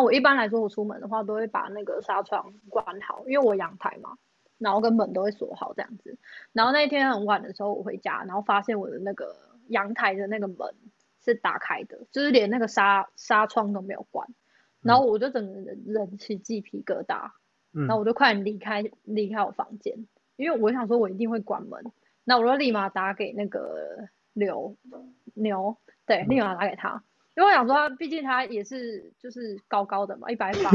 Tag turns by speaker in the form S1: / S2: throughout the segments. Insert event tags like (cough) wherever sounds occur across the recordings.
S1: 我一般来说，我出门的话都会把那个纱窗关好，因为我阳台嘛，然后跟门都会锁好这样子。然后那天很晚的时候，我回家，然后发现我的那个阳台的那个门是打开的，就是连那个纱纱窗都没有关。然后我就整个人人起鸡皮疙瘩，
S2: 嗯
S1: 然后我就快点离开离开我房间，因为我想说我一定会关门，那我就立马打给那个刘牛，对，立
S2: 嗯
S1: 马打给他，因为我想说他，毕竟他也是就是高高的嘛，一百
S2: (laughs)
S1: 八，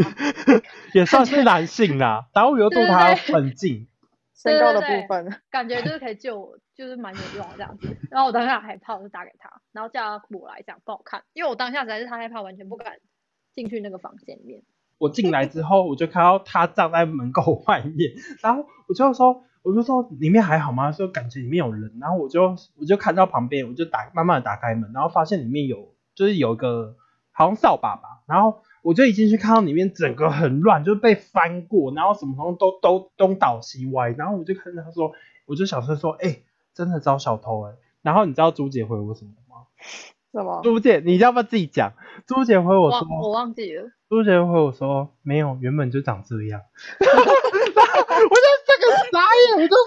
S2: 也算是男
S1: (laughs)
S2: 性啦，然后又度他很近，
S1: 对
S3: 身高的
S1: 对
S3: 部分， (laughs)
S1: 感觉就是可以救我，就是蛮有用的这样子。然后我当下害怕，我就打给他，然后叫他过来讲不好看，因为我当下实在是太害怕，完全不敢进去那个房间里面。
S2: 我进来之后，我就看到他站在门口外面，然后我就说，我就说里面还好吗？就感觉里面有人，然后我就我就看到旁边，我就打慢慢的打开门，然后发现里面有就是有一个好像扫把吧，然后我就一进去看到里面整个很乱，就是被翻过，然后什么东西都都东倒西歪，然后我就看到他说，我就小声说，哎、真的招小偷哎、然后你知道朱姐回我什么吗？
S3: 是吗？
S2: 朱姐，你要不要自己讲？朱姐回我说，
S1: 忘我忘记了，
S2: 朱学回我说没有，原本就长这
S1: (laughs)
S2: 样。然后我就这个傻眼，我就说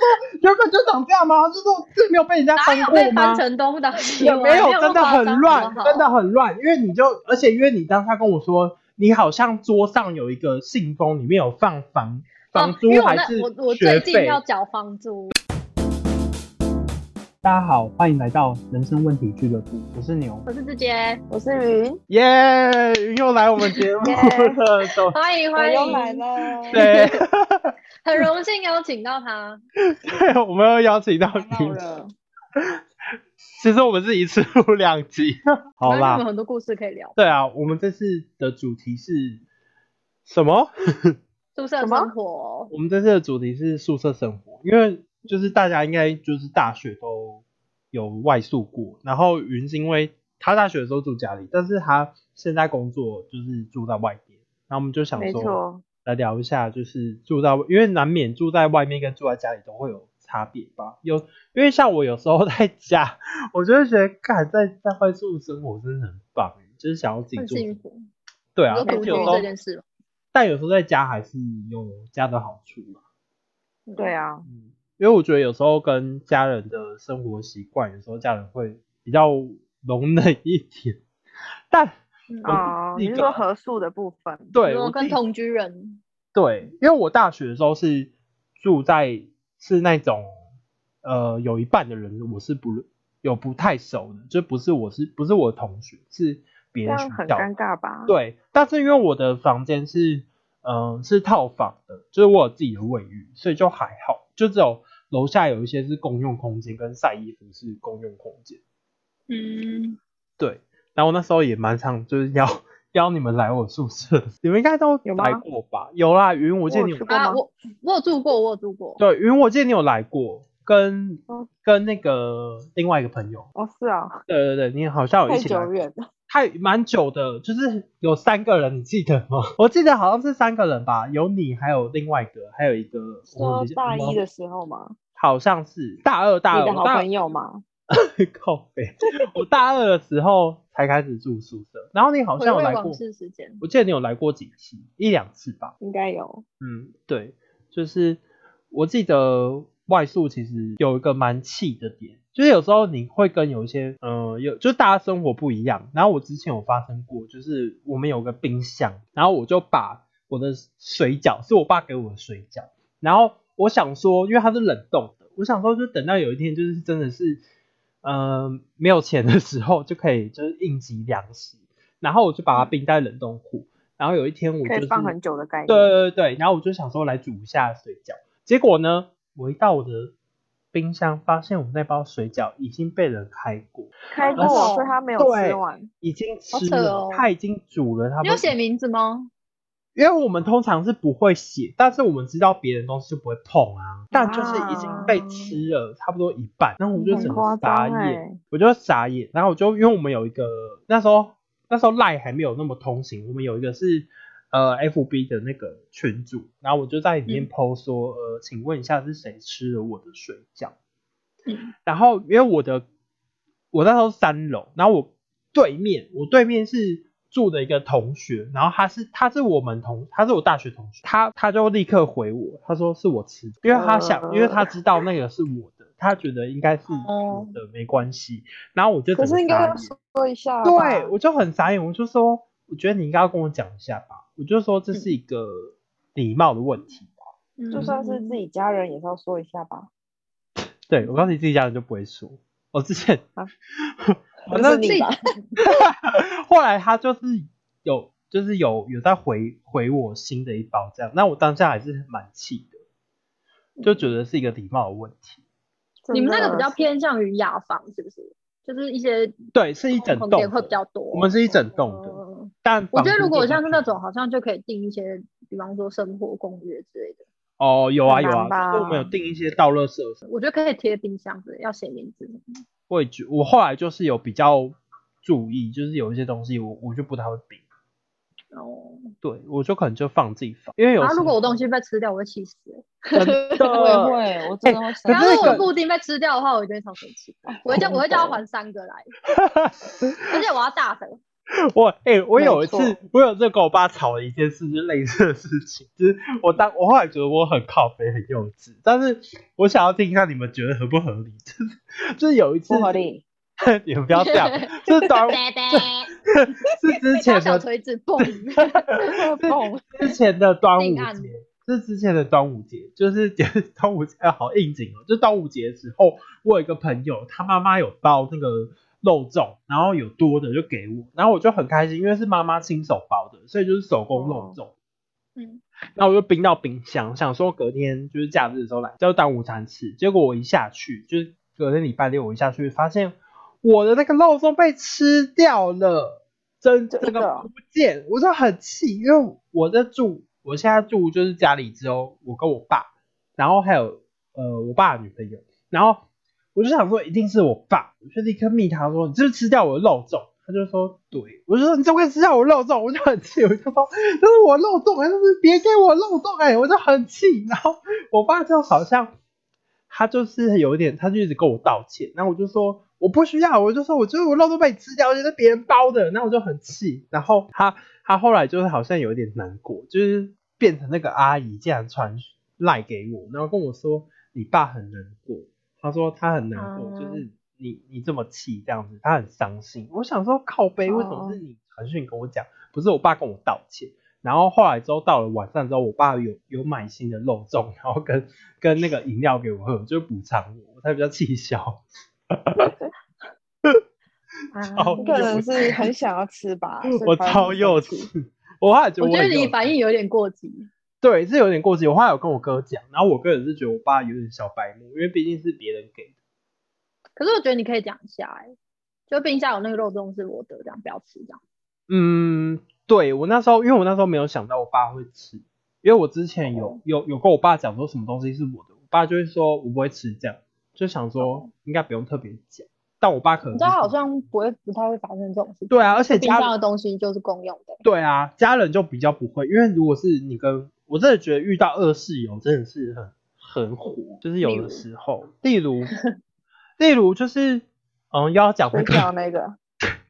S2: 原本就长这样吗？就说这没有被人家
S1: 哪
S2: 翻
S1: 有
S2: 过
S1: 啊被
S2: 吗
S1: 翻？成东倒西
S2: 也
S1: 歪？
S2: 没有，真的很乱，真
S1: 的。
S2: 的很乱。因为你就，而且因为你当他跟我说，你好像桌上有一个信封，里面有放房房
S1: 哦、因
S2: 租
S1: 为我
S2: 还
S1: 那
S2: 是
S1: 我我
S2: 学
S1: 最近
S2: 费。
S1: 要缴房租，
S2: 大家好，欢迎来到人生问题俱乐部，我是牛。
S1: 我是直接
S3: 我是云，
S2: 耶、又来我们节目了， (laughs) 走
S1: 欢迎
S3: 我
S1: 欢
S3: 又来
S1: 迎，
S3: 了，
S2: 对。
S1: 很荣幸邀请到他，
S2: 对，我们又邀请到
S3: 看到
S2: 你。
S3: 了，
S2: 其实我们是一次录两
S3: (laughs)
S2: 集。 (laughs) 好
S1: 反正我们
S2: 啦，
S1: 很多故事可以聊，
S2: 对啊，我们这次的主题是什么？
S1: 宿舍
S3: 什么
S1: 生活，
S2: 我们这次的主题是宿舍生活，因为就是大家应该就是大学都有外宿过，然后云是因为他大学的时候住家里，但是他现在工作就是住在外地，然后我们就想
S3: 没
S2: 说
S3: 错，
S2: 来聊一下，就是住在，因为难免住在外面跟住在家里都会有差别吧。有，因为像我有时候在家，我就会觉得，干在在外宿生活真的很棒，欸就是想要自己
S1: 很
S2: 住。
S1: 幸福。
S2: 对
S1: 你
S2: 啊
S1: 说，
S2: 但
S1: 独居
S2: 是有时
S1: 这
S2: 候，
S1: 件事吗，
S2: 但有时候在家还是有家的好处嘛。
S3: 对啊，
S2: 嗯，因为我觉得有时候跟家人的生活习惯，有时候家人会比较容忍一点。但
S1: 嗯，
S2: 我
S3: 哦，
S2: 自己
S3: 你是
S2: 个
S3: 说合宿的部分？
S2: 对
S1: 如果
S2: 我自
S1: 跟
S2: 己
S1: 同居人，
S2: 对，因为我大学的时候是住在是那种呃有一半的人我是不有不太熟的，就不是我是不是我同学，是别
S3: 这
S2: 人学
S3: 样很
S2: 校。
S3: 尴尬吧？，
S2: 对，但是因为我的房间是嗯、呃是套房的，就是我有自己的卫浴，所以就还好，就只有楼下有一些是公用空间，跟晒衣服是公用空间。
S1: 嗯，
S2: 对，然后那时候也蛮常就是邀 (laughs) 邀你们来我宿舍，你们应该都
S3: 有
S2: 来
S3: 吗
S2: 过吧？有啦，云，我记得
S3: 我
S2: 你有
S3: 去过
S1: 啊，
S3: 吗
S1: 我我有住过，我有住过，
S2: 对，云，我记得你有来过，跟、
S3: 嗯
S2: 跟那个另外一个朋友，
S3: 哦，是啊，
S2: 对对对，你好像有
S3: 太
S2: 一起来
S3: 久，远了，
S2: 太蛮久的，就是有三个人，你记得吗？ (laughs) 我记得好像是三个人吧，有你，还有另外一个，还有一个我们
S3: 说
S2: 比较
S3: 大一，
S2: 我
S3: 的
S2: 们
S3: 时候嘛，
S2: 好像是大二大
S3: 你
S2: 二，
S3: 的
S2: 我
S3: 好
S2: 大
S3: 朋友嘛，
S2: (laughs) 靠北，我大二的时候才开始住宿舍，然后你好
S1: 回
S2: 像有
S1: 味
S2: 来
S1: 往
S2: 过，
S1: 事时间，
S2: 我记得你有来过几次，一两次吧。
S3: 应该有，
S2: 嗯，对，就是我记得外宿其实有一个蛮气的点，就是有时候你会跟有一些，呃，有就大家生活不一样。然后我之前有发生过，就是我们有个冰箱，然后我就把我的水饺是我爸给我的水饺，然后我想说，因为它是冷冻的，我想说就等到有一天就是真的是，呃，没有钱的时候就可以就是应急粮食，然后我就把它冰在冷冻库。然后有一天我就
S3: 可
S2: 是
S3: 以放很久的概念，
S2: 对对对，然后我就想说来煮一下水饺，结果呢，我一到我的冰箱，发现我那包水饺已经被人开过，
S3: 开过，
S1: 哦
S3: 所以他没有
S2: 对
S3: 吃完，
S2: 已经
S1: 好
S2: 吃
S1: 扯
S2: 了，
S1: 哦
S2: 他已经煮了，他
S1: 你有写名字吗？
S2: 因为我们通常是不会写，但是我们知道别人东西就不会碰啊，但就是已经被
S1: 啊
S2: 吃了差不多一半，然后我就
S3: 很
S2: 整
S3: 夸
S2: 个傻
S3: 张
S1: 欸
S2: 眼，
S3: 哎，
S2: 我就傻眼，然后我就因为我们有一个那时候那时候赖还没有那么通行，我们有一个是呃 FB 的那个群组，然后我就在里面
S1: 嗯
S2: PO 说、呃，请问一下是谁吃了我的水饺？
S1: 嗯
S2: 然后因为我的我那时候三楼，然后我对面我对面是住的一个同学，然后他是他是我们同他是我大学同学，他他就立刻回我，他说是我吃的，因为他想，因为他知道那个是我的， (laughs) 他觉得应该是
S1: 哦
S2: 我的，没关系。然后我就整
S3: 可是
S2: 个
S3: 应该
S2: 傻
S3: 要
S2: 眼
S3: 说一下吧，
S2: 对，我就很傻眼，我就说，我觉得你应该要跟我讲一下吧，我就说这是一个礼貌的问题。
S1: 嗯
S3: 就算是自己家人也是要说一下吧。
S2: 对我告诉你，自己家人就不会说。我之前
S3: 啊
S2: (laughs) 反
S3: 不是
S2: 正
S3: 你吧？
S2: 后来他就是有，就是有有在回回我新的一包这样，那我当下还是蛮气的，就觉得是一个礼貌的问题。
S1: 你们那个比
S2: (laughs)
S1: 较
S3: 真的
S1: 偏向于雅房是不是？就是一些
S2: 对，是一整
S1: 空
S2: 栋
S1: 间哦会比
S2: 的，
S1: 较多。
S2: 我们是一整栋的，
S1: 嗯
S2: 但
S1: 我觉得
S2: 房租
S1: 如果
S2: 就
S1: 像
S2: 不
S1: 是那
S2: 便宜
S1: 种，好像就可以定一些，比方说生活公约之类的。
S2: 哦，有啊
S3: 很
S2: 有啊，
S3: 难吧
S2: 就是我们有定一些道乐设施。
S1: 我觉得可以贴冰箱之类，要写名字。
S2: 我也觉，我后来就是有比较注意，就是有一些东西我我就不太会冰，
S1: 哦，
S2: 对我就可能就放自己放，因为有
S3: 啊
S1: 然后
S2: 时
S1: 如果
S2: 候
S1: 我东西被吃掉，我会气死。
S2: 真的
S3: (laughs) 我也
S1: 呃
S3: 会，我真的会
S2: 可哦
S3: 生
S1: 然
S2: 是
S1: 后
S2: 那
S1: 我
S2: 个
S1: 的布丁被吃掉的话，我就会超生气。我会叫，我会叫他还三个
S2: (laughs)
S1: 来，而且我要大声。
S2: 我哎、我有一次
S3: 没，
S2: 我有这跟我爸吵了一件事，就是类似的事情，就是我当我后来觉得我很靠北很幼稚，但是我想要听一下你们觉得合不合理，就是就是有一次
S3: 不合理。
S2: (laughs) 你们不要这样，就是
S3: (laughs)
S2: 当然
S1: 拜拜，
S2: 是之
S1: 敲
S2: 前
S1: 小
S2: 的
S1: 锤子
S2: (laughs)
S1: 蹦。 (laughs)
S3: 蹦
S2: 之前的端午
S1: 命案
S2: 节，是之前的端午节，就是节端午节、哎好应景哦。就端午节的时候，我有一个朋友，他妈妈有包那个肉粽，然后有多的就给我，然后我就很开心，因为是妈妈亲手包的，所以就是手工肉粽。
S1: 嗯，
S2: 那我就冰到冰箱，想说隔天就是假日的时候来，就当午餐吃。结果我一下去，就是隔天礼拜六我一下去，发现我的那个肉粽被吃掉了，真
S3: 真的
S2: 这个
S3: 哦
S2: 不见，我就很气，因为我在住，我现在住就是家里只有我跟我爸，然后还有呃我爸的女朋友，然后我就想说一定是我爸，我就立刻密他说你是不是吃掉我的肉粽？他就说对，我就说你怎么可以吃掉我的肉粽？我就很气，我就说 (laughs) 这是我肉粽，哎，这是别给我肉粽，哎，我就很气。然后我爸就好像他就是有一点，他就一直跟我道歉，然后我就说我不需要，我就说我觉得我肉都被你吃掉，而且是别人包的，那我就很气。然后他他后来就是好像有一点难过，就是变成那个阿姨竟然传赖给我，然后跟我说你爸很难过，他说他很难过，
S1: 啊
S2: 就是你你这么气这样子，他很伤心。我想说靠背，为什么
S3: 哦
S2: 是你传讯跟我讲，不是我爸跟我道歉？然后后来之后到了晚上之后，我爸有有买新的肉粽，然后跟跟那个饮料给我喝，就是补偿我，我才比较气消。，
S1: 啊
S3: 你 (laughs) 可能是很想要吃吧
S2: 我超幼稚，我后来觉
S1: 我
S2: 得我
S1: 觉得
S2: 很幼
S1: 你
S2: 稚
S1: 反应有点过激。
S2: 对是有点过激。我后来有跟我哥讲，然后我哥也是觉得我爸有点小白目，因为毕竟是别人给的。
S1: 可是我觉得你可以讲一下、欸，就冰箱有那个肉粽是我的，这样不要吃这样。
S2: 嗯，对我那时候，因为我那时候没有想到我爸会吃，因为我之前有有有跟我爸讲说什么东西是我的，我爸就会说我不会吃这样，就想说应该不用特别讲。但我爸可能
S1: 你知道
S2: 是
S1: 好像不会不太会发生这种事情。
S2: 对啊，而且
S1: 冰
S2: 家
S1: 箱的东西就是公用的。
S2: 对啊，家人就比较不会，因为如果是你跟我真的觉得遇到恶室友真的是很很火，就是有的时候，例如例如就是嗯，要讲那
S3: 水
S2: 个
S3: 饺那个，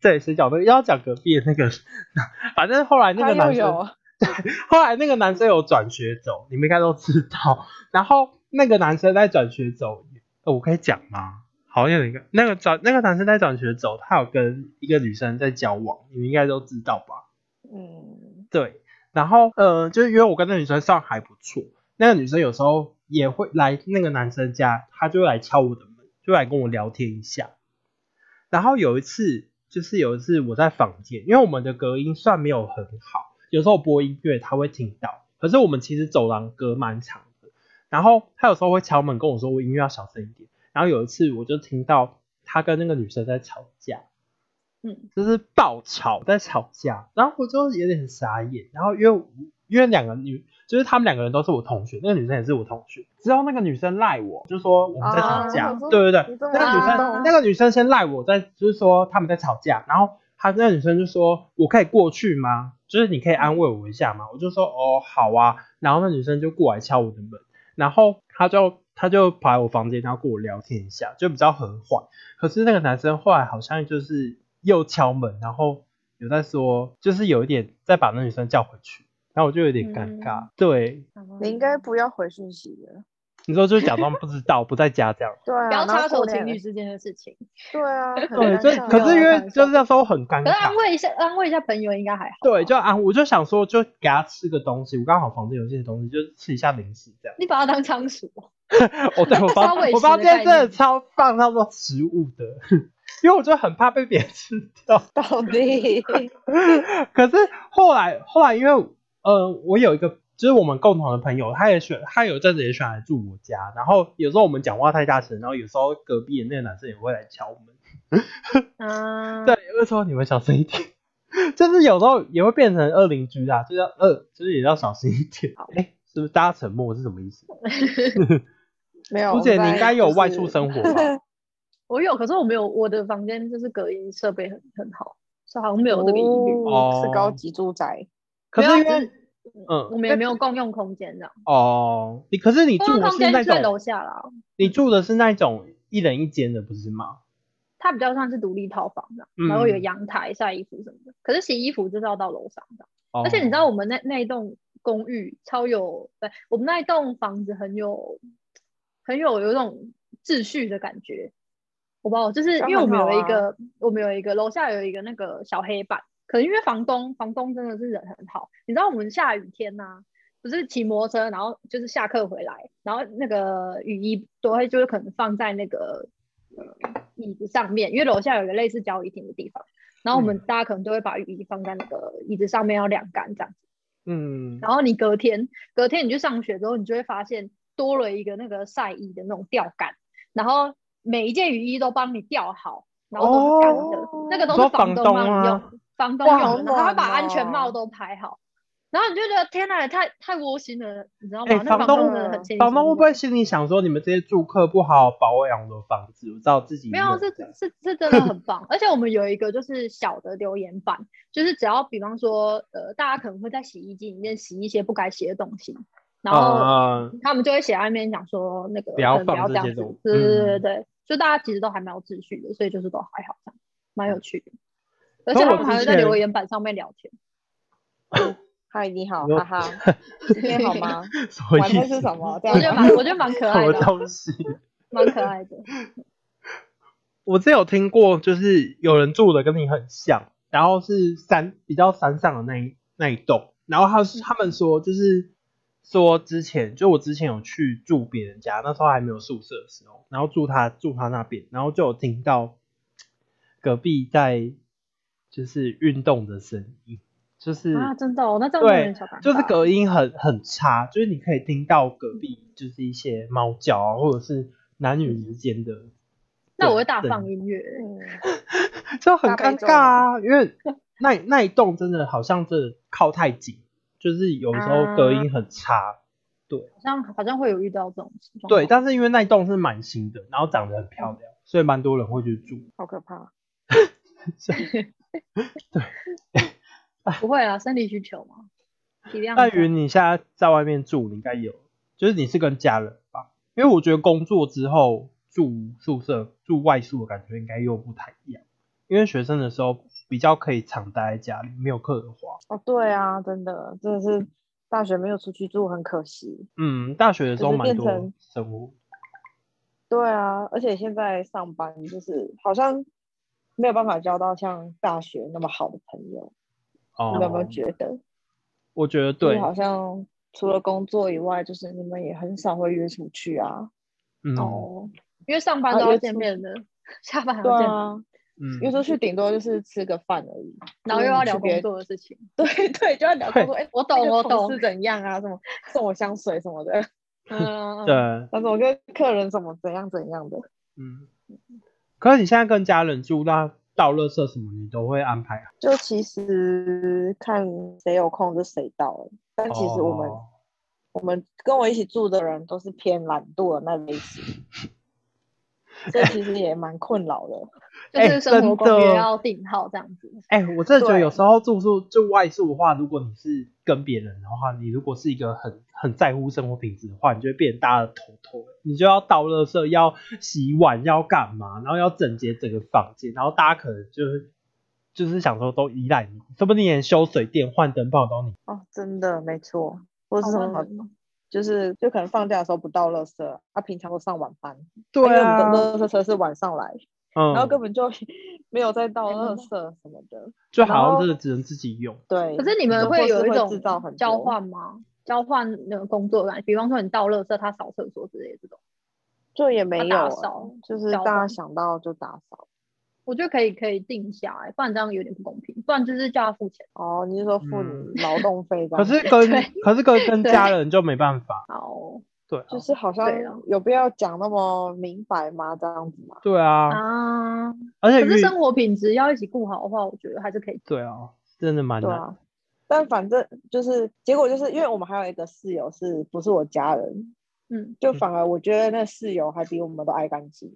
S2: 对谁讲那个要讲隔壁的那个， (laughs) 反正后来 (laughs) 那
S3: 他
S2: 个
S3: 又
S2: 男生
S3: 有
S2: 后来那个男生有转学走，你们应该都知道。然后那个男生在转学走，呃我可以讲吗？好像有一个那个转那个男生在转学走，他有跟一个女生在交往，你们应该都知道吧？
S3: 嗯，
S2: 对，然后呃，就是因为我跟那女生上还不错，那个女生有时候也会来那个男生家，她就会来敲我的门，就来跟我聊天一下。然后有一次，就是有一次我在房间，因为我们的隔音算没有很好，有时候播音乐她会听到，可是我们其实走廊隔蛮长的。然后她有时候会敲门跟我说，我音乐要小声一点。然后有一次我就听到她跟那个女生在吵架，
S1: 嗯，
S2: 就是爆吵在吵架，然后我就有点傻眼，然后因为我因为两个女，就是他们两个人都是我同学，那个女生也是我同学，之后那个女生赖我，就说我们在吵架，
S3: 啊我说
S2: 对对对
S3: 你，这么
S2: 那个女生、
S1: 激动
S2: 那个女生先赖我在，就是说他们在吵架，然后她那个女生就说我可以过去吗？就是你可以安慰我一下吗？我就说哦好啊，然后那女生就过来敲我的门，然后她就她就跑来我房间，然后跟我聊天一下，就比较和缓。可是那个男生后来好像就是又敲门，然后有在说，就是有一点在把那女生叫回去，然后我就有点尴尬。
S1: 嗯
S2: 对，
S3: 你应该不要回讯息的。
S2: 你说就假装不知道，不在家
S1: (laughs)
S2: 这样。
S3: 对啊，
S1: 不要
S3: 然后
S1: 插
S3: 过
S1: 手
S3: 两
S1: 情
S3: 个
S1: 侣。之间的事情，
S3: 对
S1: (laughs)
S3: 啊，很
S2: 对，
S3: 尴
S2: 就
S3: 尬
S2: 可是因为
S1: 很尴尬
S2: 就是那时候很尴
S1: 可是安
S2: 尬。
S1: 慰一下，安慰一下朋友应该还好吧。
S2: 嗯对，就啊，我就想说，就给他吃个东西，我刚好房间有些东西，就吃一下零食这样。
S1: 你把它当仓鼠，
S3: (laughs)
S2: (laughs) 哦，对，我包
S1: 稍微
S2: 我
S1: 吃
S2: 包
S1: 的
S2: 间
S1: 概
S2: 真的
S1: 念
S2: 超放超多食物的，因为我就很怕被别人吃掉。
S3: 到
S2: (laughs)
S3: 底
S2: 可是后来后来，因为呃，我有一个就是我们共同的朋友，他也选，他有一阵子也选来住我家，然后有时候我们讲话太大声，然后有时候隔壁的那个男生也会来敲门，
S3: 啊
S1: 嗯，
S2: 对，有的时候你们小声一点。 (laughs) 就是有时候也会变成二邻居啦，就要二，就是也要小心一点。哎、是不是大家沉默是什么意思？
S3: 没有？
S2: 朱
S3: 我
S2: 姐，
S3: 在
S2: 你应该有外出
S3: 就是
S2: 生活吧？
S1: (laughs)
S2: (laughs)
S1: 我有，可是我没有，我的房间就是隔音设备很很好，所以好像没有这个疑虑。
S2: 哦
S3: 是高级住宅，
S2: 可是
S1: 没
S2: 因
S1: 有啊
S2: 为
S1: 只
S2: 嗯
S1: 我们也没有共用空间这样，
S2: 哦，你可是你
S1: 共
S2: 住
S1: 用
S2: 的
S1: 空
S2: 是那
S1: 间在楼
S2: 种，
S1: 下啦，
S2: 你住的是那种一人一间的，不是吗？
S1: 它比较像是独立套房这样，
S2: 嗯
S1: 然后有阳台晒衣服什么的。可是洗衣服就是要到楼上的，
S2: 哦、
S1: 而且你知道我们那那一栋公寓超有，对，我们那一栋房子很有很有有一种秩序的感觉。我不知道，就是因为我们有一个、我们有一个楼下有一个那个小黑板，可能因为房东房东真的是人很好，你知道我们下雨天呐、不是骑摩托车，然后就是下课回来，然后那个雨衣都会就是可能放在那个呃椅子上面，因为楼下有一个类似交易厅的地方，然后我们大家可能都会把雨衣放在那个椅子上面要晾干这样子。
S2: 嗯，
S1: 然后你隔天，隔天你去上学之后，你就会发现多了一个那个晒衣的那种吊杆，然后每一件雨衣都帮你吊好，然后都是干的，
S3: 哦
S1: 那个都
S2: 你说
S1: 是
S2: 房
S1: 房
S2: 东
S1: 东帮你
S2: 吗
S1: 用，房东
S3: 哇
S1: 用
S3: 好
S1: 的，然后他
S3: 暖
S1: 把安全
S3: 哦
S1: 帽都排好，然后你就觉得天哪，也太太窝心了，你知道吗？
S2: 哎
S1: 那房
S2: 房东
S1: 真的很亲
S2: 房东
S1: 心
S2: 会不会心里想说，你们这些住客不好好保养我的房子，我知道自己
S1: 没有，啊
S2: 这
S1: 是
S2: (laughs)
S1: 是是真的很棒。而且我们有一个就是小的留言板，就是只要比方说，呃，大家可能会在洗衣机里面洗一些不该洗的东西，然后
S2: 啊，
S1: 他们就会写在那边讲说那个
S2: 不要
S1: 可能不
S2: 放
S1: 要
S2: 这
S1: 这样
S2: 些
S1: 子
S2: 东，
S1: 对对对
S2: 嗯
S1: 对，就大家其实都还蛮有秩序的，所以就是都还好这样，蛮有趣的。而
S2: 可
S1: 且
S2: 我
S1: 他们还
S2: 之
S1: 会在
S2: 前
S1: 留言板上面聊天，
S3: 嗨，你好，
S2: 有
S3: 哈哈，今天好
S2: (laughs)
S3: 吗？
S2: 什么
S3: 晚
S2: 意
S3: 上
S2: 思
S3: 吃？什么？这
S1: 啊我觉
S3: 样
S1: 得
S3: 吗
S1: 蛮
S2: (laughs)
S1: 我觉得蛮可
S2: 什
S1: 爱
S2: 么
S1: 的啊，
S2: 东西？
S1: 蛮可爱
S2: (laughs)
S1: 的。
S2: 我之前有听过，就是有人住的跟你很像，然后是山比较山上的那一那一栋，然后他是他们说就是说之前就我之前有去住别人家，那时候还没有宿舍的时候，然后住他住他那边，然后就有听到隔壁在就是运动的声音，就是
S1: 啊，真的哦，那这样子有
S2: 对
S1: 点小尴，
S2: 就是
S1: 尬
S2: 隔音很很差，就是你可以听到隔壁就是一些猫叫啊，或者是男女之间的。
S1: 嗯那我会大
S2: 对
S1: 放音乐，
S3: 嗯，
S2: 就很
S3: 大
S2: 尴
S3: 悲咒
S2: 尬啊，因为那那一栋真的好像真的靠太紧，就是有时候隔
S1: 啊
S2: 音很差。
S1: 好像好像会有遇到这种情况。
S2: 对，但是因为那一栋是蛮新的，然后长得很漂亮，所以蛮多人会去住。
S3: 好可怕。
S1: 不会啊，生理需求嘛，体谅一下。
S2: 但云，你现在在外面住，你应该有，就是你是跟家人吧？因为我觉得工作之后住宿舍、住外宿的感觉应该又不太一样，因为学生的时候比较可以常待在家里，没有课的话，
S3: 哦，对啊，真的，真的是大学没有出去住，很可惜。
S2: 嗯，大学的时候
S3: 就是
S2: 蛮
S3: 变
S2: 多
S3: 成
S2: 生活，
S3: 对啊，而且现在上班就是好像没有办法交到像大学那么好的朋友，
S2: 哦
S3: 你们有没有觉得？
S2: 我觉得
S3: 就是
S2: 对，
S3: 好像除了工作以外，就是你们也很少会约出去啊。
S2: 嗯，
S1: 哦，因为上班
S3: 啊
S1: 都要
S3: 约
S1: 见
S3: 出
S1: 面的，下班还
S3: 对
S1: 要见面，
S3: 啊，
S2: 嗯
S3: 约出去顶多就是吃个饭而已，
S1: 然后
S3: 就
S1: 又
S3: 是你
S1: 要
S3: 去
S1: 聊
S3: 别
S1: 工作的事情。
S3: (laughs) 对对，就要聊
S2: 对
S3: 工作。哎，
S1: 我
S3: 那
S1: 懂
S3: 个
S1: 我
S3: 同
S1: 懂
S3: 事怎样啊？什
S1: (laughs)
S3: 么送我香水什么的，
S1: 嗯，
S2: 对，，
S3: 但是我跟客人什么怎样怎样的。
S2: 嗯。可是你现在跟家人住，那倒垃圾什么你都会安排啊？
S3: 就其实看谁有空就谁到了，但其实我们、
S2: 哦
S3: 我们跟我一起住的人都是偏懒惰的那类型， (laughs) 所以其实也蛮困扰的。
S1: 就
S2: 哎
S1: 是生
S2: 真
S1: 活公
S2: 的
S1: 约要定好这样子。
S2: 哎、我真的觉得
S3: 对
S2: 有时候住宿住外宿的话，如果你是跟别人的话，你如果是一个很很在乎生活品质的话，你就会变成大家的头头，你就要倒垃圾，要洗碗，要干嘛，然后要整洁整个房间，然后大家可能就是就是想说都依赖你，说不定连修水电、换灯泡都你。
S3: 哦，真的没错，或是
S1: 好
S3: 什
S1: 慢
S3: 么，
S1: 哦
S3: 就是就可能放假的时候不到垃圾，他平常都上晚班，因
S2: 对
S3: 哎为我们
S2: 啊，
S3: 的垃圾车是晚上来，
S2: 嗯，
S3: 然后根本就没有在倒
S1: 没那么
S3: 垃圾什么的，
S2: 就好
S3: 然
S2: 像
S3: 后
S2: 真的只能自己用。
S3: 对。
S1: 可是你们
S3: 或是
S1: 有一
S3: 会
S1: 种
S3: 制造很多
S1: 交换吗？交换那个工作的感觉，比方说你倒垃圾，他扫厕所之类的这种，
S3: 就也没
S1: 他
S3: 有
S1: 打
S3: 啊，
S1: 扫
S3: 就是
S1: 交
S3: 大家
S1: 换
S3: 想到就打扫。
S1: 我觉得可以可以定下来，不然这样有点不公平，不然就是叫他付钱。
S3: 哦，你是说付
S2: 嗯
S3: 你劳动费吧？
S2: 可是跟
S1: 对
S2: 可是跟跟
S1: 对
S2: 家人就没办法，
S1: 好
S2: 对啊，
S3: 就是好像
S1: 对啊
S3: 有必要讲那么明白吗？这样子吗？
S2: 对啊，
S1: 啊，
S2: 而且
S1: 可是
S2: 遇
S1: 生活品质要一起顾好的话，我觉得还是可以。
S2: 对啊，真的蛮
S3: 对
S2: 难。
S3: 啊，但反正就是结果就是因为我们还有一个室友是不是我家人，
S1: 嗯，
S3: 就反而我觉得那室友还比我们都爱干净。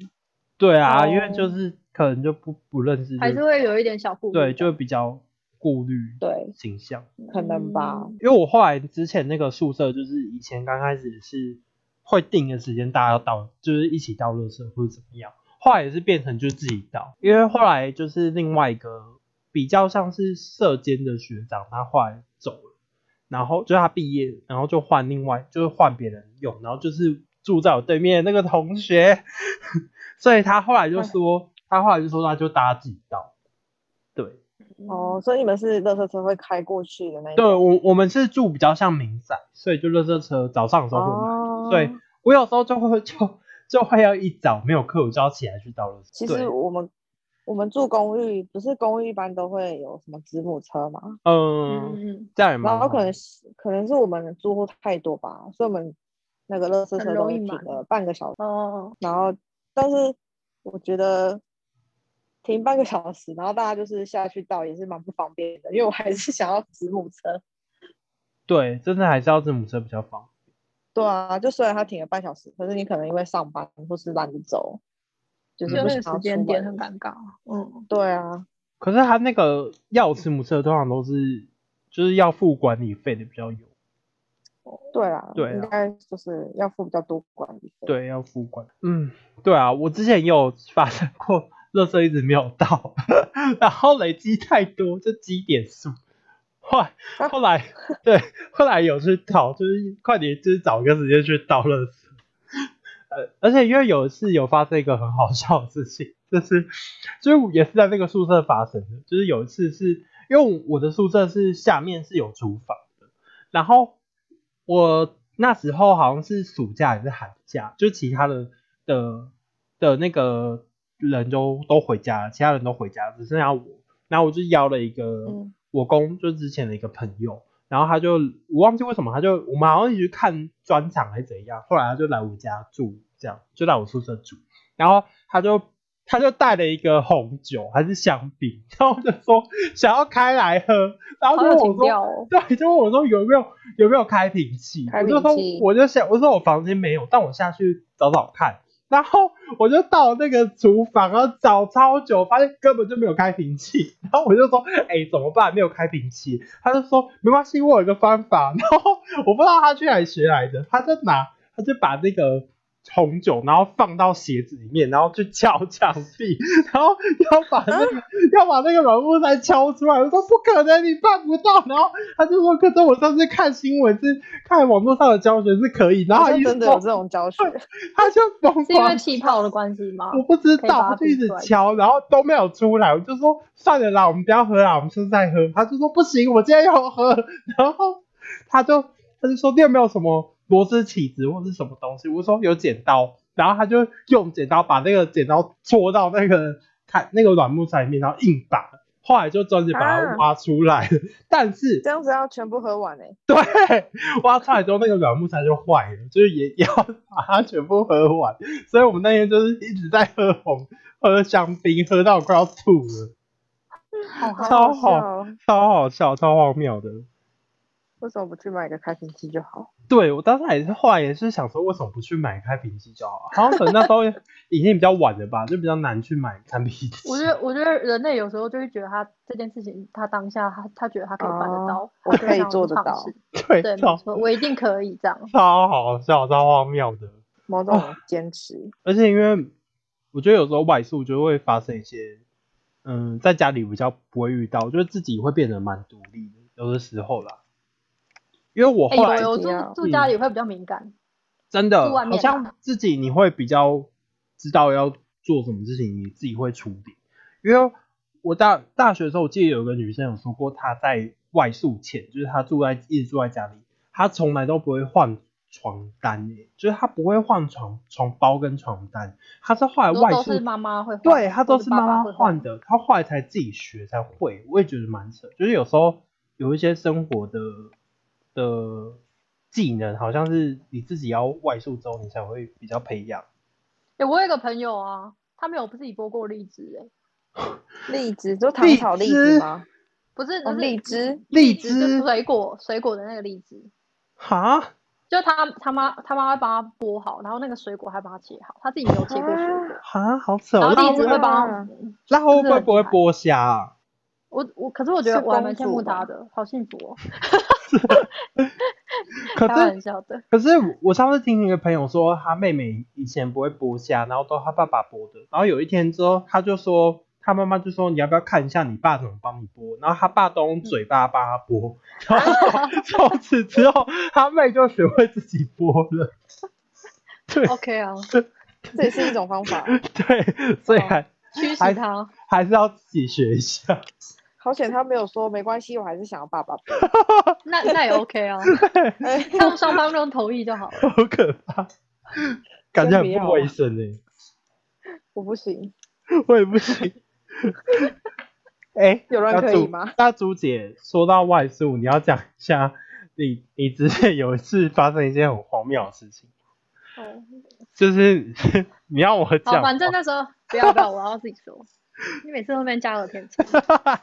S2: 对啊，因为
S1: 哦
S2: 就是可能就不不认识就，
S1: 还是会有一点小顾虑的。
S2: 对，就比较顾虑
S3: 对，
S2: 形象。
S3: 可能吧
S1: 嗯
S2: 因为我后来之前那个宿舍，就是以前刚开始是会定的时间，大家要倒，就是一起倒垃圾或者怎么样。后来也是变成就是自己倒，因为后来就是另外一个比较像是社监的学长，他后来走了，然后就他毕业，然后就换另外就是换别人用，然后就是住在我对面的那个同学， (laughs) 所以他后来就说，他后来就说他就大家自己倒，对。
S1: 嗯
S3: 哦，所以你们是垃圾车会开过去的那一
S2: 对
S3: 种。
S2: 我我们是住比较像民宅，所以就垃圾车早上的时候会买。
S3: 哦，
S2: 对我有时候就会就就会要一早没有课，我就要起来去倒垃圾。
S3: 其
S2: 对
S3: 实我们我们住公寓，不是公寓一般都会有什么子母车嘛？
S1: 嗯
S2: 嗯，
S1: 嗯嗯，
S2: 这样也蛮
S3: 然
S2: 好。
S3: 后可能是可能是我们住户太多吧，所以我们那个垃圾
S1: 很
S3: 车都
S1: 容
S3: 会
S1: 易
S3: 停
S1: 满
S3: 了半个小时。
S1: 哦，
S3: 然后，但是我觉得停半个小时，然后大家就是下去倒也是蛮不方便的，因为我还是 (laughs) 想要子母车。
S2: 对，真的还是要字母车比较方便。
S3: 对啊，就虽然它停了半小时，可是你可能因为上班或是懒得走，就是
S1: 觉得嗯
S3: 不
S1: 那个
S3: 想要
S1: 时间
S3: 出
S1: 点
S3: 门
S1: 很尴尬。嗯，
S3: 对啊，
S2: 可是他那个要字母车通常都是就是要付管理费的比较有，
S3: 对啊，
S2: 对啊
S3: 应该就是要付比较多管理费。
S2: 对，要付管。嗯，对啊，我之前也有发生过垃圾一直没有倒， (laughs) 然后累积太多就积点数，后来
S3: 啊
S2: 后来对，后来有去倒，就是快点，就是找一个时间去倒垃圾。呃，而且因为有一次有发生一个很好笑的事情，就是就是也是在那个宿舍发生的，就是有一次是因为我的宿舍是下面是有厨房的，然后我那时候好像是暑假还是寒假，就其他的的的那个人都都回家了，其他人都回家了，只剩下我，然后我就邀了一个
S3: 嗯
S2: 我公，就之前的一个朋友，然后他就我忘记为什么，他就我们好像一起去看专场还是怎样，后来他就来我家住，这样就来我宿舍住，然后他就他就带了一个红酒还是香槟，然后我就说想要开来喝，然后
S1: 好
S2: 就
S1: 有
S2: 问我
S1: 情
S2: 说
S1: 调哦。
S2: 对，就问我说有没有有没有开瓶器，
S3: 开
S2: 我就
S3: 瓶
S2: 说
S3: 器
S2: 我就想我说我房间没有，但我下去找找看。然后我就到那个厨房，然后找超久，发现根本就没有开瓶器。然后我就说：“哎、怎么办？没有开瓶器。”他就说：“没关系，我有一个方法。”然后我不知道他去哪里学来的，他就拿，他就把那个红酒，然后放到鞋子里面，然后去敲墙壁，然后要把那
S3: 啊
S2: 个、要把那个软木塞敲出来。我说：“不可能，你办不到。”然后他就说：“可是我上次看新闻是看网络上的教学是可以。”然后
S3: 好
S2: 他
S3: 像
S2: 就
S3: 哦真的有
S2: 疯
S3: 这种教学，
S2: 他就疯
S1: 是因为
S2: 狂
S1: 气泡的关系吗？
S2: 我不知
S1: 可以把
S2: 道，
S1: 它
S2: 他就一直
S1: 逼出来
S2: 敲，然后都没有出来。我就说算了啦，我们不要喝啦，我们现在喝。他就说不行，我今天要喝。然后他就他就说你有没有什么螺丝起子或是什么东西？我说有剪刀，然后他就用剪刀把那个剪刀戳到那个看那个软木塞里面，然后硬拔。后来就专门把它
S3: 啊
S2: 挖出来，但是
S3: 这样子要全部喝完诶、欸
S2: 对，挖出来之后那个软木塞就坏了，就是也也要把它全部喝完，所以我们那天就是一直在喝红、喝香槟，喝到快要吐了，
S3: 好
S2: 超好
S3: 好笑哦，
S2: 超好笑、超荒谬的。
S3: 为什么不去买个开瓶器就好？
S2: 对我当时也是，后来也是想说，为什么不去买开瓶器就好了？好像可能那时候 (laughs) 已经比较晚了吧，就比较难去买开瓶器。
S1: 我觉得，我觉得人类有时候就会觉得他这件事情，他当下他他觉得他可以办得
S3: 哦
S1: 到，
S3: 我
S1: 他就
S3: 可以
S1: 想要
S3: 做
S1: 去
S3: 得
S1: 尝
S3: 到
S1: 试
S2: (laughs) 对，
S1: 对，没
S2: 超
S1: 错，我一定可以这样。
S2: 超好笑、超荒谬的。
S3: 某种坚持，
S2: 而且因为我觉得有时候外宿就会发生一些嗯，在家里比较不会遇到，就是自己会变得蛮独立的，有的时候啦。因为我
S1: 哎、
S2: 后来
S1: 有有
S3: 怎样嗯
S1: 住住家里会比较敏感，
S2: 真的
S1: 住外
S2: 好
S1: 面
S2: 像
S1: 啦
S2: 自己你会比较知道要做什么事情，你自己会处理。因为我大大学的时候，我记得有个女生有说过，她在外宿前，就是她住在一直住在家里，她从来都不会换床单耶，就是她不会换床床包跟床单，她是后来
S1: 都
S2: 外
S1: 都
S2: 宿
S1: 是妈妈会换，
S2: 啊对他都
S1: 或
S2: 是
S1: 者
S2: 妈
S1: 爸爸
S2: 妈
S1: 会
S2: 换。的，他后来才自己学才会，我也觉得蛮扯。就是有时候有一些生活的的技能，好像是你自己要外宿之后，你才会比较培养。
S1: 哎、我有一个朋友啊，他没有自己剥过荔枝、哎，
S3: 荔枝，就糖炒
S2: 荔
S3: 荔
S2: 枝
S3: 枝吗？
S1: 不是，
S3: 哦，
S1: 就是
S3: 荔枝，
S2: 荔
S1: 枝就是
S2: 枝
S1: 水果水果的那个荔枝，
S2: 哈，
S1: 就是他他妈他妈会帮他剥好，然后那个水果还帮他切好，他自己没有切过水果，
S2: 哈，好扯
S1: 然后
S2: 哦。那
S1: 荔枝会
S3: 啊
S1: 帮他
S2: 那会
S1: 真的
S2: 不
S1: 很
S2: 不会
S1: 厉害
S2: 剥虾啊？
S1: 我我，可是我觉
S3: 是
S1: 得我还
S3: 公
S1: 蛮羡
S3: 主
S1: 慕
S3: 吧
S1: 他的，好幸福哦，
S2: 可
S1: 开
S2: 是
S1: 玩笑的。
S2: 可是我我上次听一个朋友说，他妹妹以前不会剥虾，然后都他爸爸剥的。然后有一天之后，他就说，他妈妈就说，你要不要看一下你爸怎么帮你剥？然后他爸都用嘴巴帮他剥。然后从此之后，他妹就学会自己剥了。对
S1: OK 啊，
S3: (laughs) 这也是一种方法。
S2: 对，所以还
S1: 驱
S2: 还
S1: 使他。
S2: 还是要自己学一下。
S3: 好险他没有说没关系，我还是想要 (laughs) 爸爸。
S1: 那那也 OK 啊，
S3: 哎
S1: 他们双方都同意就好了。
S2: 好可怕，感觉很
S3: 真不要
S2: 不
S3: 啊
S2: 卫生哎、
S3: 我不行，
S2: (laughs) 我也不行。哎、
S3: 有人
S2: 那
S3: 可
S2: 朱
S3: 以吗？
S2: 那朱姐说到外宿，你要讲一下你你之前有一次发生一件很荒谬的事情，
S1: 哦，
S2: 就是 (laughs) 你要我
S1: 好，
S2: 讲吗，
S1: 反正那时候不要不要，我要自己说。你每次后面加了偏差。
S2: (laughs)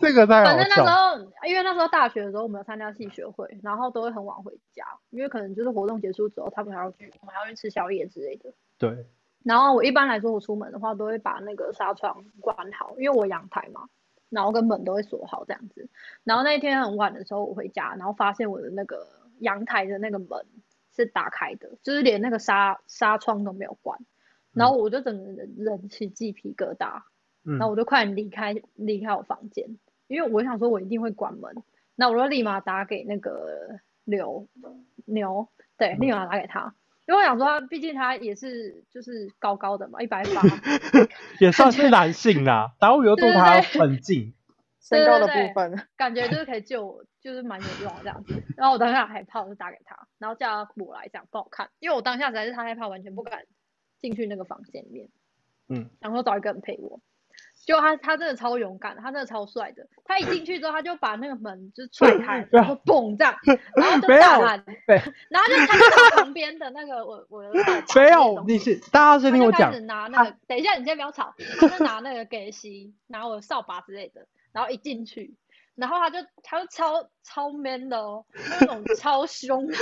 S2: 这个太
S1: 反
S2: 好
S1: 正那时
S2: 笑了。
S1: 候，因为那时候大学的时候，我们有参加系学会，然后都会很晚回家，因为可能就是活动结束之后，他们还要去，我们还要去吃宵夜之类的。
S2: 对，
S1: 然后我一般来说，我出门的话都会把那个纱窗关好，因为我阳台嘛，然后跟门都会锁好这样子。然后那天很晚的时候，我回家，然后发现我的那个阳台的那个门是打开的，就是连那个纱纱窗都没有关。然后我就整个人人起鸡皮疙瘩，
S2: 嗯
S1: 然后我就快点离开离开我房间，因为我想说我一定会关门，那我就立马打给那个刘牛，对，立马打给他，因为我想说他，毕竟他也是就是高高的嘛，一百八，
S2: 也算是男
S1: (laughs)
S2: 性啦，然后我又对他很近，
S3: 身高的
S1: 对对 (laughs)
S3: 部分，
S1: 感觉就是可以救我， (laughs) 就是蛮有用的这样子。然后我当下害怕，我就打给他，然后叫他过来，这样不好看，因为我当下实在是太害怕，完全不敢进去那个房间里面。
S2: 嗯，
S1: 然后找一个人陪我。结果他他真的超勇敢，他真的超帅的。他一进去之后，他就把那个门就踹
S2: (laughs)
S1: 开，然后嘣这样，然后就
S2: 啊没有
S1: 大喊，
S2: 对，
S1: 然后就看到旁边的那个我我的扫把
S2: 没
S1: 那些
S2: 有，
S1: 东
S2: 你
S1: 西
S2: 是大家
S1: 他
S2: 先听
S1: 就
S2: 我
S1: 开
S2: 讲
S1: 始，拿那个，等一下，你先不要吵，他就拿那个给西，拿我的扫把之类的，然后一进去，然后他就他就超超 man 的哦，那种超凶的，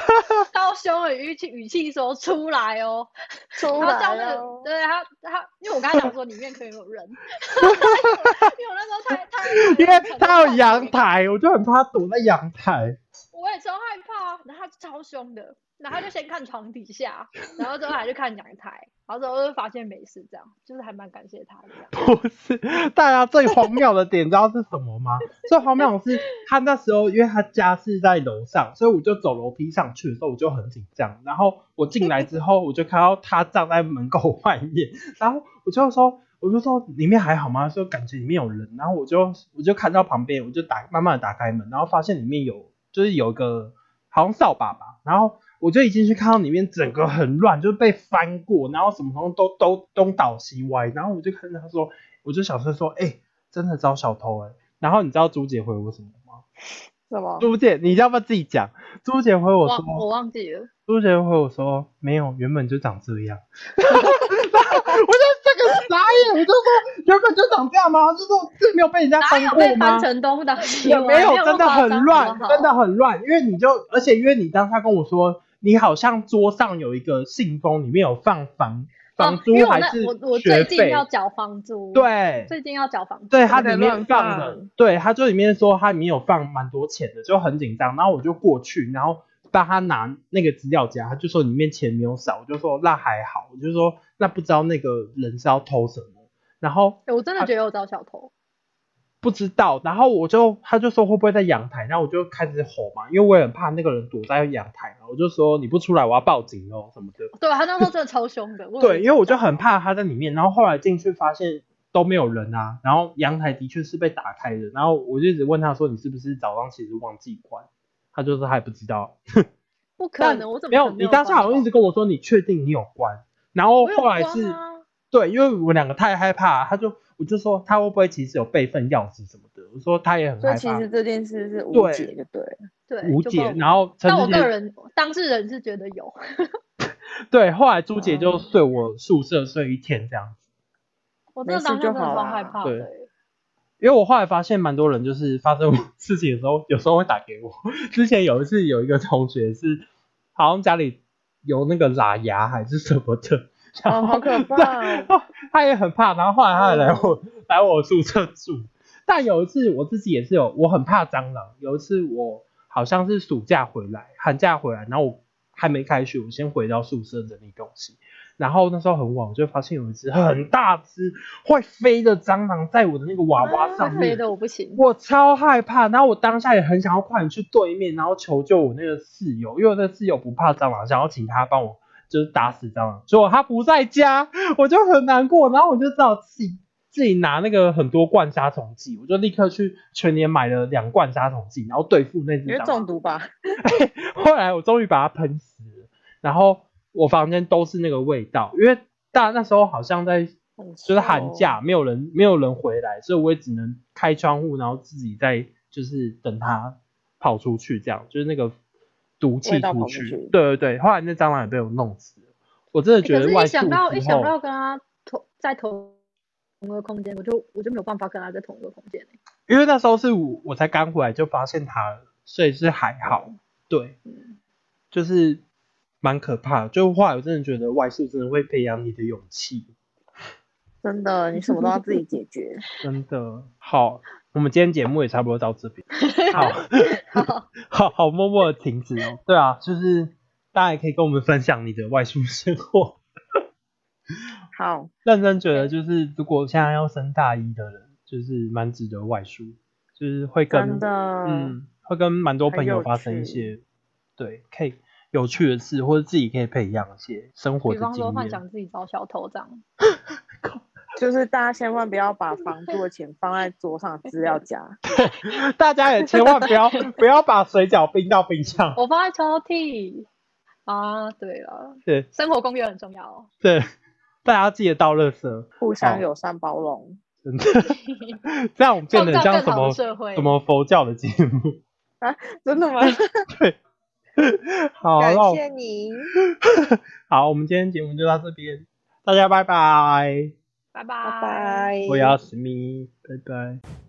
S2: (laughs)
S1: 超凶的语气语气说出来哦，
S3: 出
S1: 然后叫
S3: 来
S1: 那
S3: 哦
S1: 个，对他他，因为我刚才讲说里面可能有人， (laughs) 因为我那时候太太，
S2: (laughs) 因为他有阳，台，我就很怕躲在阳台。
S1: 我也超害怕啊，然后他超凶的，然后他就先看床底
S2: (laughs)
S1: 下，然后之后还就看阳台，然后之后就发现没事，这样就是还蛮感谢他的这样。
S2: (laughs) 不是，大家最荒谬的点，你知道是什么吗？最荒谬的是，他那时候因为他家是在楼上，所以我就走楼梯上去的时候，我就很紧张。然后我进来之后，我就看到他站在门口外面， (laughs) 然后我就说，我就说里面还好吗？说感觉里面有人。然后我就我就看到旁边，我就打慢慢的打开门，然后发现里面有就是有一个好像扫把吧，然后我就一进去看到里面整个很乱，就是被翻过，然后什么东西都都东倒西歪，然后我就看着他说，我就小声说，哎、真的招小偷哎、然后你知道朱姐回我什么吗？
S3: 什么？
S2: 朱姐，你要不要自己讲？朱姐回我
S1: 忘我
S2: 说，
S1: 忘记了，
S2: 朱姐回我说没有，原本就长这
S1: (laughs)
S2: 样。然后我就这个傻眼，我就说原本就长这样吗？就说这没有被人家
S1: 哪
S2: 翻
S1: 有
S2: 过
S1: 被
S2: 吗
S1: 翻？成东倒西
S2: 也
S1: 歪？
S2: 没有，
S1: 有
S2: 真的很乱，真
S1: 的
S2: 的很乱。因为你就，而且因为你当他跟我说，你好像桌上有一个信封，里面有放房房租
S1: 哦因为我
S2: 还
S1: 那
S2: 是
S1: 我我
S2: 学
S1: 最近
S2: 费？
S1: 要缴房租，，
S2: 对，
S1: 最近要缴房租，
S2: 对，它
S3: 不能
S2: 里面
S3: 乱
S2: 放
S3: 放
S2: 的，对，它就里面说它里面有放蛮多钱的，就很紧张。然后我就过去，然后帮他拿那个资料夹，他就说里面钱没有少，我就说那还好，我就说那不知道那个人是要偷什么。然后
S1: 欸我真的觉得有找小偷，
S2: 不知道，然后我就他就说会不会在阳台，然后我就开始吼嘛，因为我也很怕那个人躲在阳台嘛，我就说你不出来我要报警哦什么的。
S1: 对啊吧？他那时候真的超凶的。我有
S2: 对，因为我
S1: 知
S2: 就
S1: 道
S2: 很怕他在里面，然后后来进去发现都没有人啊，然后阳台的确是被打开的，然后我就一直问他说你是不是早上其实忘记关，他就说他也不知道，
S1: 不可
S2: 但
S1: 能，我怎么
S2: 没有，
S1: 可能
S2: 你当时
S1: 关
S2: 好像一
S1: 到
S2: 直跟我说你确定你有关，然后
S1: 我有
S2: 后来
S1: 关
S2: 是、
S1: 啊
S2: 对，因为我们两个太害怕，他就我就说他会不会其实有备份钥匙什么的，我说他也很
S3: 所
S2: 害
S3: 以其
S2: 怕
S3: 实这件事是无
S2: 对
S3: 解，就对
S2: (laughs)
S3: 了。
S1: 对
S2: 无
S1: 就
S2: 解，
S1: 跟
S2: 然后陈
S1: 但我
S2: 志
S1: 个
S2: 杰
S1: 人当事人是觉得有，
S2: 对，后来朱姐就
S3: 嗯
S2: 睡我宿舍睡一天这样子，
S1: 我真
S3: 没
S1: 的
S3: 事
S1: 当下
S3: 就
S1: 真的
S3: 好
S1: 超
S3: 啦
S1: 害怕的
S2: 对
S1: 欸。
S2: 因为我后来发现蛮多人就是发生 (laughs) 事情的时候，有时候会打给我。之前有一次有一个同学是好像家里有那个喇牙还是什么的，然
S3: 哦，
S2: 后
S3: 好可怕
S2: (laughs)
S3: 哦！
S2: 他也很怕，然后后来他还来
S1: 哦
S2: 我、 (laughs) 来我宿舍住。但有一次我自己也是有，我很怕蟑螂。有一次我好像是暑假回来，寒假回来，然后我还没开学，我先回到宿舍整理东西。然后那时候很晚，我就发现有一只很大只会飞的蟑螂在我的那个娃娃上
S1: 啊会飞
S2: 面，
S1: 的我不行，
S2: 我超害怕。然后我当下也很想要快点去对面，然后求救我那个室友，因为我那个室友不怕蟑螂，想要请他帮我就是打死蟑螂。结果他不在家，我就很难过，然后我就只好自己自己拿那个很多罐杀虫剂，我就立刻去全年买了两罐杀虫剂，然后对付那只
S3: 你会
S2: 蟑
S3: 中
S2: 螂。
S3: 毒吧？
S2: 后来我终于把它喷死了，然后我房间都是那个味道，因为大那时候好像在 (laughs) 就是寒
S1: 哦
S2: 假，没有人没有人回来，所以我也只能开窗户，然后自己在就是等它跑出去，这样就是那个毒气
S3: 味道
S2: 出
S3: 跑出去
S2: 对对对，后来那蟑螂也被我弄死了。我真的
S1: 欸
S2: 觉
S1: 可
S2: 得
S1: 是
S2: 外
S1: 一
S2: 宿之
S1: 想到一想
S2: 后，
S1: 到跟他同在同同一个空间，我就我就没有办法跟他在同一个空
S2: (laughs)
S1: 间欸。 (laughs)
S2: 因为那时候是我我才刚回来就发现它了，所以是还好。对，
S1: 嗯
S2: 就是蛮可怕的。就后来我真的觉得外宿真的会培养你的勇气，
S3: 哦真的，你什么都要自己解决。
S2: 真的。好，我们今天节目也差不多到这边。 (laughs) 好，
S1: 好，
S2: (laughs) 好好默默的停止哦。对啊，就是大家也可以跟我们分享你的外宿生活。
S3: 好，
S2: 认真觉得就是，如果现在要升大一的人，就是蛮值得外宿，就是会
S3: 真
S2: 跟
S3: 的，
S2: 嗯，会跟蛮多朋友发生一
S3: 很
S2: 些对可以有趣的事，或者自己可以培养一些生活
S1: 比
S2: 的
S1: 方说
S2: 经
S1: 幻
S2: 验。
S1: 想自己找小偷这样，
S3: 就是大家千万不要把房租的钱放在桌上的资料夹，
S2: 大家也千万不
S1: (laughs)
S2: 要不要把水饺冰到冰箱。
S1: 我放在抽屉啊。对了，
S2: 对
S1: 生活公约很重要哦。
S2: 对，大家记得倒垃圾，
S3: 互相
S2: 好
S3: 友善包容。
S2: 真的，这样我们变得很
S1: 创造更
S2: 像什
S1: 好
S2: 么
S1: 的社会
S2: 什么佛教的节目。
S3: (laughs)
S2: (laughs)
S3: 真的吗？
S2: 好，
S3: 感
S2: 那我
S3: 谢你，
S2: 好，我们今天节目就到这边，大家拜拜。
S1: 拜
S3: 拜拜。
S2: 我也要史密，拜拜。